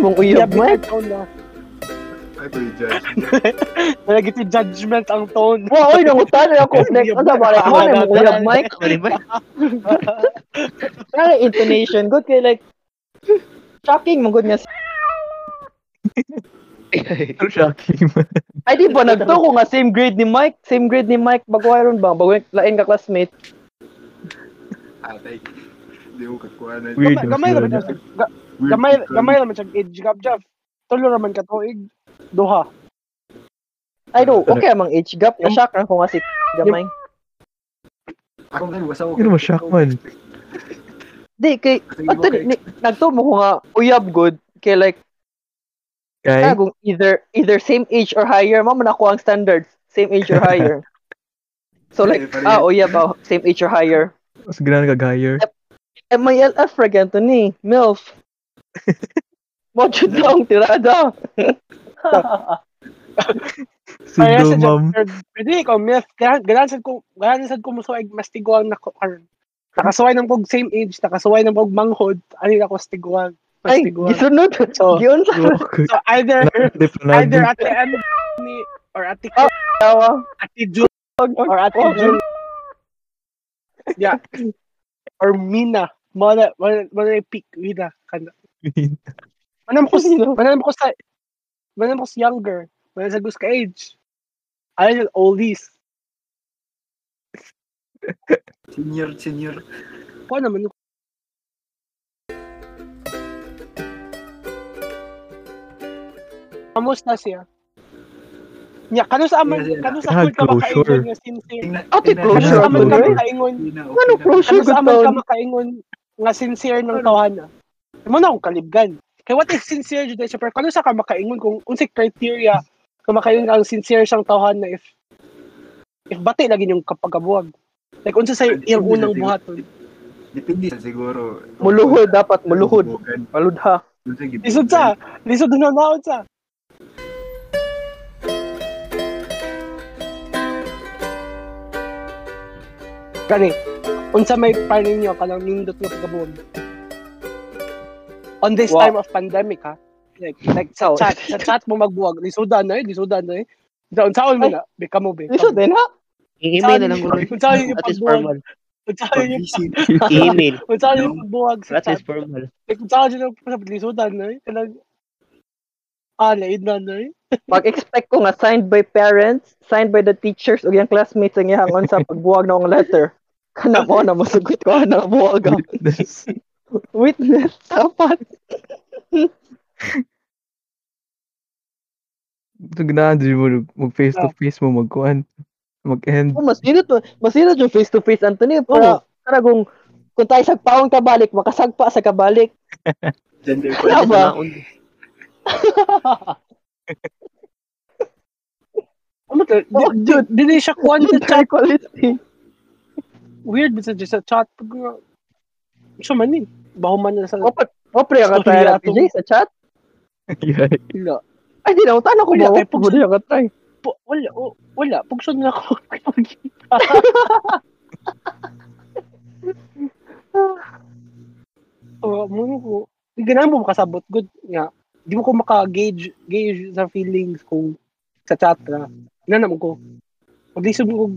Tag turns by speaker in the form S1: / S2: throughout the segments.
S1: mong uyabman.
S2: Ay, to judge.
S3: Negative judgment ang tone.
S1: Wow, oy, nangutan na ako. Next, ano ba? Ako na mong uyab, Mike. Kaya intonation, good kay like, shocking mong good nga si-
S4: Shocking man.
S1: Ay, di ba, nagto ko nga, same grade ni Mike, same grade ni Mike, bago ayron ba? Bago lain ka classmate.
S2: Atay. Hindi mo kakuha na.
S4: Weird.
S3: Gamay
S4: mas
S3: naman
S4: lalo.
S3: siya. ga- Gamay, gamay naman siya. Age gap job. Tulo naman ka tuig. Duha.
S1: Ay, do, okay amang age gap, na-shock na ko nga si Gamay.
S2: Ako na, wasa ko.
S4: Yun mo, shock man.
S1: Di, kay, ato, ni, nagto mo ko nga, uyab good, kay like,
S4: Kay,
S1: kagong either, either same age or higher, mo man ako ang standards, same age or higher. So like, ah, uyab, ah, same age or higher.
S4: mas ganaan ka gayer.
S1: Eh, may LF ra ganito ni, MILF. Mo jud na ang tirada.
S3: Kaya
S4: Single
S3: sa
S4: mom.
S3: job, Pwede ikaw, myth. Ganaan sad ko, ganaan sad ko musuig, mas tiguang na ko. karon. Nakasuway ng kog same age, nakasuway ng kog manghod, ani ako mas tiguang. Mas
S1: Ay,
S3: tiguang.
S1: gisunod.
S3: So,
S1: Giyon sa
S4: Joke.
S3: so either, either
S4: Deplanado.
S3: at the end ni, or at the
S1: tawa.
S3: at the June, or at
S1: Oh. ano,
S3: the June. Yeah. Or Mina. Mala, mala, mala yung pick, Mina. Kana. Manam ko,
S1: Sino?
S3: manam ko sa, manam ko sa younger. Manam sa gusto ka age. Ayun, oldies.
S2: Senior, senior.
S3: Ko naman, Kamusta siya? Nya, kano sa aman,
S2: Yeah, yeah.
S3: kano sa aman ka
S4: Kaglo, sure.
S3: makaingon nga sinsing?
S2: Tingnan-
S1: Ate,
S2: tingnan-
S1: closure
S3: Kano sa aman ka
S1: Sure.
S3: makaingon?
S1: Ano
S3: Ano
S1: closure
S3: sa
S1: good
S3: aman ka
S1: taon?
S3: makaingon nga sincere ng tawhana? Imo na akong kalibgan. Kaya what is sincere jud siya pero kano sa ka makaingon kung unsay criteria ka makaingon ang sincere siyang tawhana if if bati lagi yung kapagabuwag. Like unsa sa iyang unang buhaton.
S2: Depende sa siguro.
S1: Muluhod dapat muluhod. Maludha.
S3: Lisod sa, lisod na naon sa. Kani, unsa may plan ninyo kanang nindot nga pagkabuhog? On this
S1: Wa-
S3: time of pandemic ha. Like, like sa
S1: Oh.
S3: chat, sa chat mo magbuwag, lisudan na eh, lisudan na eh. Daon saon mo
S1: Ay.
S3: na, bika mo be.
S1: Lisod din ha.
S5: I-email na lang ko.
S3: Unsa yung
S5: At
S3: pagbuwag?
S5: least formal.
S3: Unsa yung
S2: Pag-visit.
S5: I-email.
S3: unsa yung pagbuwag sa
S5: At
S3: chat?
S5: least formal.
S3: Like, unsa yung paglisudan na eh. Kanang, ah, laid na na eh.
S1: Mag-expect ko nga signed by parents, signed by the teachers ug yung classmates ang ihangon sa pagbuwag ng letter. Kana mo na masugot ko na buwag. ah.
S4: Witness.
S1: Witness dapat.
S4: Ito ganaan, di mo mag face
S3: Ah.
S4: to face mo, magkuhan. Mag-end.
S1: Oh, mas init mas init yung face to face Anthony para para kung kung tayo sa paon kabalik, makasagpa sa kabalik.
S2: Gender
S1: Wala ba?
S3: Ano to?
S1: Oh,
S3: Di- di- Dili siya kuwan sa chat.
S1: quality.
S3: Weird messages sa chat. Pag, uh, Siya man eh. Baho man na sa...
S1: Opat, opre ka try
S3: Sorry,
S1: natin
S3: atong-
S1: Jay, sa chat.
S4: Yeah.
S3: Wala.
S1: Ay, di na, tanong ko
S3: Wala,
S1: ba?
S3: kay Pugs-
S1: Pagod na ka try.
S3: Po- Wala. oh, Wala. Pugsun na ako. Oo, muna ko. Ganaan mo makasabot. Good nga. Di mo ko maka-gauge gauge sa feelings kung sa chat na. Nanam ko. Paglisod ko.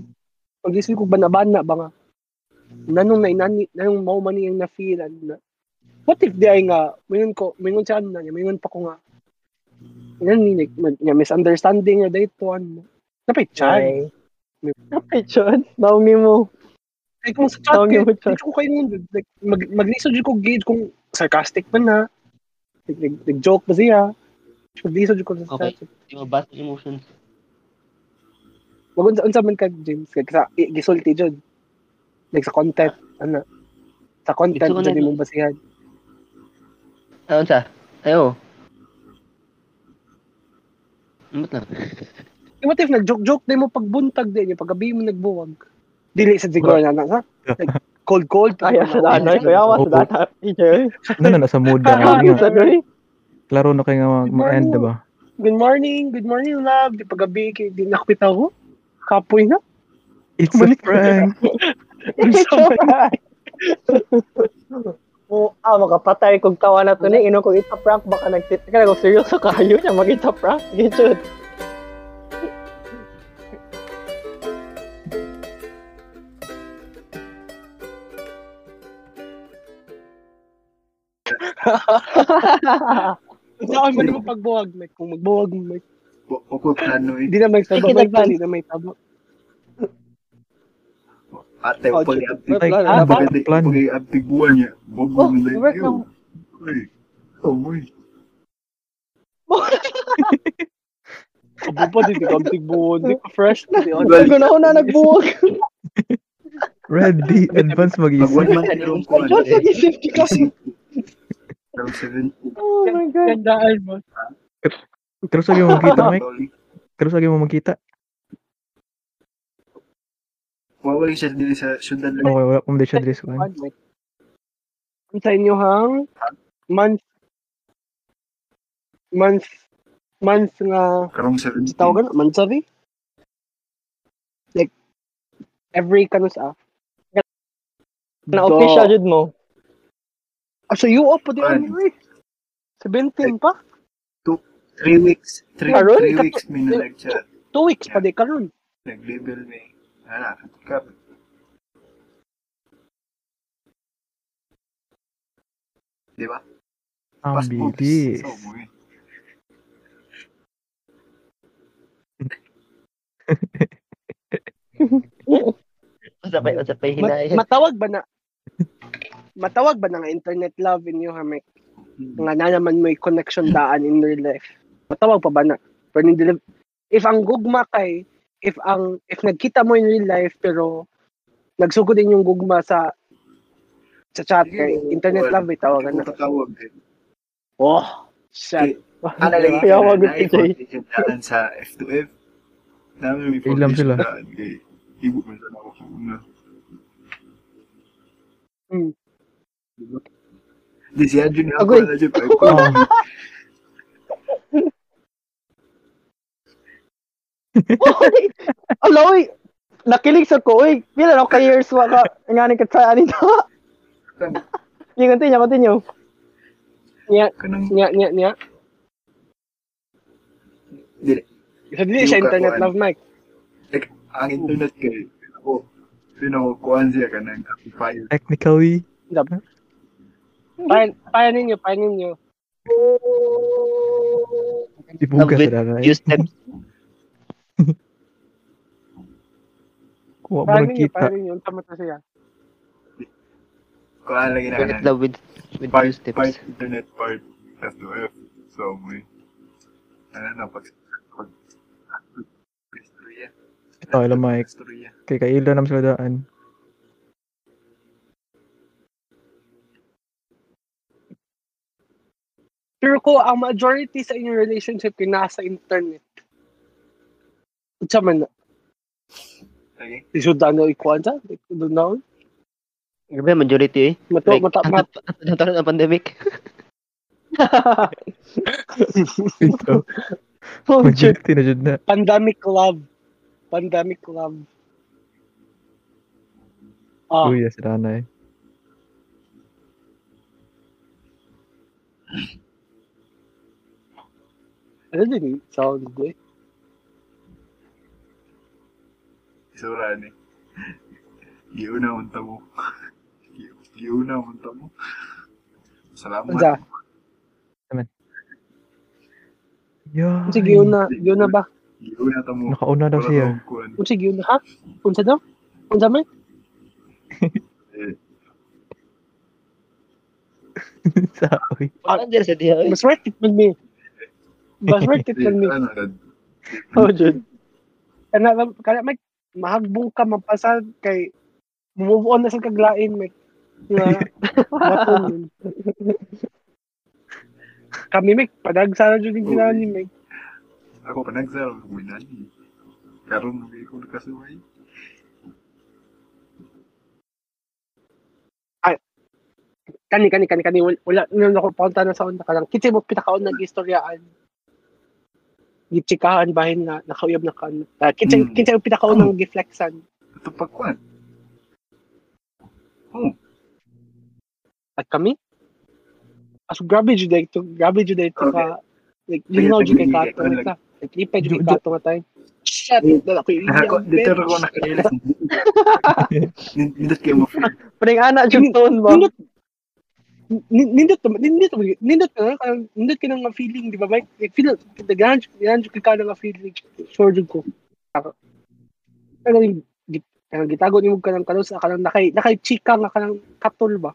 S3: Paglisod ko banabana ba nga. Nanong na inani, nanong mao man niyang na-feel and na. What if di ay nga, mingon ko, mingon siya ano na niya, mingon pa ko nga. Yan ni like, mag- nga, misunderstanding na dito ano. Napay chat.
S1: Ay, Chon. Naungi mo.
S3: Ay kung sa chat,
S1: Naungi
S3: eh,
S1: mo, Chon.
S3: Hindi ko kayo nun. Like, mag, maglisod yun ko gauge kung sarcastic man na. Like, nag- nag-joke ba siya? Maglisod yun ko sa
S5: Okay.
S3: chat.
S5: Di mo basta emotions.
S3: Wag unsa unsa man ka James kay sa i- gisulti jud. Like sa content ano. Sa content
S5: Gusto ko na
S3: jud
S5: ni-
S3: imong basihan.
S5: Saan sa? Ayo. Ba't na?
S3: Eh, What if nag-joke-joke na mo pagbuntag din yung pagabi mo nagbuwag. Dili sa siguro na na sa. Like cold cold.
S1: Ay, sa danoy. Kuya, mas sa danoy. Teacher.
S4: Ano na, nasa mood na.
S3: Ah,
S4: Ano
S1: Ay, sa
S4: nga,
S1: danoy.
S4: Klaro na kayo nga mag- mag-end, diba?
S3: Good morning, good morning love. Di pagabi kay di nakapitaw ko. Kapoy na.
S4: It's a prank.
S3: Unsa man-
S1: Oh, Ah, makapatay kog tawa na to ni ino kog ita prank baka nagtit ka kog seryoso kayo na magita prank gitud.
S3: Saan man mo pagbuwag, Mike? Kung magbuwag, Mike.
S2: Wa- wa ko plano eh.
S3: Hindi na may tabo,
S1: Ay,
S3: Mike.
S1: kinagpan-
S3: Hindi na may tabo.
S2: Ate,
S1: Oh,
S2: pag
S1: May
S4: Like,
S1: plano
S4: ah,
S1: na ba?
S4: bakit plan?
S2: abtig buwan niya, bobo
S1: Oh,
S2: nila
S1: work
S2: yun. Uy, amoy.
S3: Kabupo, hindi ka tigbuwag. Hindi ka fresh. Hindi ka
S1: Ano na una nagbuwag?
S4: Red D, advance
S2: Pag
S4: mag-isip.
S2: one month na yung kuwan,
S1: Ano sa
S2: eh,
S1: isip ni ka?
S2: around seven,
S1: Oh my god.
S3: Gandaan mo.
S4: Pero sa'yo mo makita, Mike.
S2: bawal.
S4: Pero sa'yo mo makita.
S2: Wawali siya din sa syudad
S3: Oh.
S2: lang.
S4: Okay, wala kong siya dress ko.
S3: One, Mike. Ang sa inyo, hang? Month. Month. Month nga.
S2: Karong seven.
S3: Tawagan, month, sabi? Like, every kanos ah.
S1: Na official jud mo.
S3: Ah, so you up po din
S2: Fine.
S3: anyway. 17 pa?
S2: Three weeks. Three,
S3: Iya,
S1: Karon?
S2: three weeks may nalag siya.
S3: 2 weeks pa di karon.
S2: Nag-label may. Ano, Ah, nah, kap. Di ba?
S4: Ang
S2: Passport.
S4: bilis.
S2: So, boy.
S5: Usapay, usapay,
S3: Ma-
S5: hinay.
S3: matawag ba na? matawag ba na nga internet love in you, Hamek? Nga na naman may connection daan in your life. Matawag pa ba na? Pero hindi lang- if ang gugma kay, if ang if nagkita mo in real life pero nagsugod din yung gugma sa sa
S2: Iya,
S3: chat kay internet love may tawagan na.
S2: Kung tatawag eh.
S3: Oh, shit. iya,
S2: Ano lang
S1: Kaya wag
S2: yun,
S1: yung
S2: na-iPhone yun laban sa F2F. Dami may
S4: Ilam sila.
S2: foundation na, eh, Ibo man sa ako una.
S3: Hmm.
S2: Diba? Di si Adjun ako
S1: Agoy.
S2: na dyan. Ay, ko.
S1: Ala oy. Nakilig sa ko oy. Pila na ka years wa ka ngani ka try ani ta. Ni ah, continue, continue.
S2: Kanang
S3: Nya nya nya.
S2: Dili.
S3: Isa dili siya internet love Mike.
S2: ang internet kay ako pinakuan siya kanang amplifier.
S4: Technically,
S3: Payan payan ninyo, payan ninyo.
S4: dibuga
S5: With
S4: sa dara.
S5: few steps.
S4: Kuha mo
S3: Payan ninyo,
S4: nagkita.
S3: payan ninyo. Unsa man to siya?
S2: Kuan lagi na
S5: Internet
S2: kanang
S5: love with, with few
S2: part part
S5: steps.
S2: internet part F2F. So may ano na pag pag eh. istorya.
S4: Oh, ilang mic.
S2: Istorya.
S4: Kay kaila naman sila daan.
S3: Pero ko, ang majority sa inyong relationship yung nasa internet. Unsa man na?
S2: Okay.
S3: Isod na no ikuan sa? Doon na oi.
S5: Grabe, majority eh.
S3: Mato,
S5: Like,
S3: mata, mat,
S5: atat- atat- atat ng pandemic.
S4: Ito.
S1: oh, shit.
S4: Majority na dyan na.
S3: pandemic love. Pandemic love. Ah,
S4: Kuya sa dara eh.
S3: ano din yung sound eh?
S2: Isura ni. Giuna unta mo. Gi- Giuna unta mo. Salamat.
S3: Unsa?
S4: Yan.
S3: Unsa yun na, yun na ba?
S2: Giuna ta mo.
S4: Nakauna daw
S2: Wala
S4: siya.
S2: tawag kuan.
S3: Unsa yun na ha? Unsa daw? Unsa man?
S4: sa oy.
S5: Parang dyan sa diya eh.
S3: Mas worth it man me. Mas worth it
S2: Di,
S3: man me.
S2: ano, lad?
S1: Oh, jud.
S3: Kana, kana, Mike, mahagbong ka mapasa kay move on na sa kaglain, Mike. Nga, matun yun. Kami, Mike, padagsara dyan yung ginawa ni Mike.
S2: Ako pa nagsara ko minani. Karon mo ko nakasuway.
S3: Kani, kani, kani, kani, wala, wala, nung ako paunta na sa onda ka lang. Kitsi mo, pitakaon nag-istoryaan. Gitsikahan bahin na, nakauyab na kan. Uh, kitsi,
S2: Hmm.
S3: kitsi mo, pitakaon ng giflexan.
S2: Ito pa kuan.
S3: At kami, as grabe jud like to grabe jud like to ka like linaw jud kay kato like ka like lipay jud kay kato nga tayo shit dala ko yung
S2: Ako, dito ako nakanila. Nindot kayo mo.
S1: Paring ana jud tone ba?
S3: nindot nin- nindot to- nindot to- nindot ka na parang nindot ka na nga feeling di ba Mike like feel nagahan nagahan ka ka na nga feeling sure jud ko Ako- ano yung git- ano, gitago ni mo ka ng kalos ka ng nakay nakay chika nga ka ng katol ba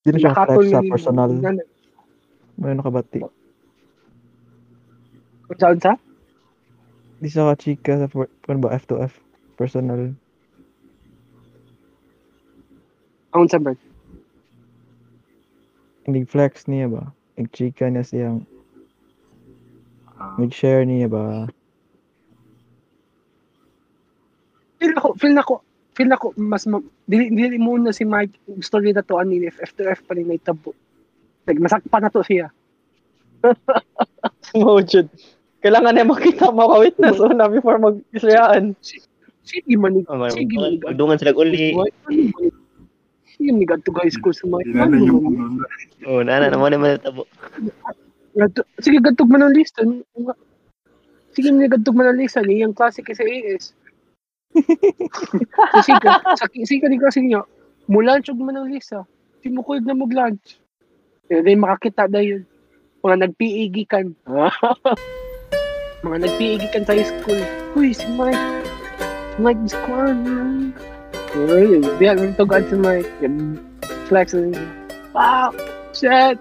S4: Hindi na siya
S3: Nakatol
S4: ka-type sa
S3: ni-
S4: personal.
S3: nan-
S4: May nakabati.
S3: saan sa
S4: Hindi siya ka-chika sa, per- ano ba, F2F. Personal.
S3: Ang sa bird.
S4: Nag-flex niya ba? Nag-chika niya siyang, nag-share niya ba?
S3: Feel ako, feel na ko, feel na ko, mas, ma- dili, dili muna si Mike, yung story na to, ano yun, if F2F pa rin naitabo. Like, nasakpan na to siya.
S1: Mo jud. Kailangan na makita maka-witness una before mag-isayaan.
S3: Sige man,
S5: Okay.
S3: sige man.
S5: Dungan sila uli.
S3: Sige man, to guys ko sa Mike.
S2: Dinala
S3: Ano man?
S2: yung puno na.
S5: Oh, nana naman naman tabo.
S3: Gadto- Sige, gadtog man ang lista. Ano- ano nga? Sige man, gadtog man ang lista. Niya yung klase kay sa AS. Kasi ka, sa kasi ka ni klase niya, mulunch og man ang lista. Di mo kulig na mag-lunch. Eh, di makakita na yun. Mga nag-PAG kan. Mga nag-PAG kan sa high school. Uy, si Mike. Si Mike is kuhan. Uy, diyan, ang tugaan si Mike. Yan, Flex. Wow, shit.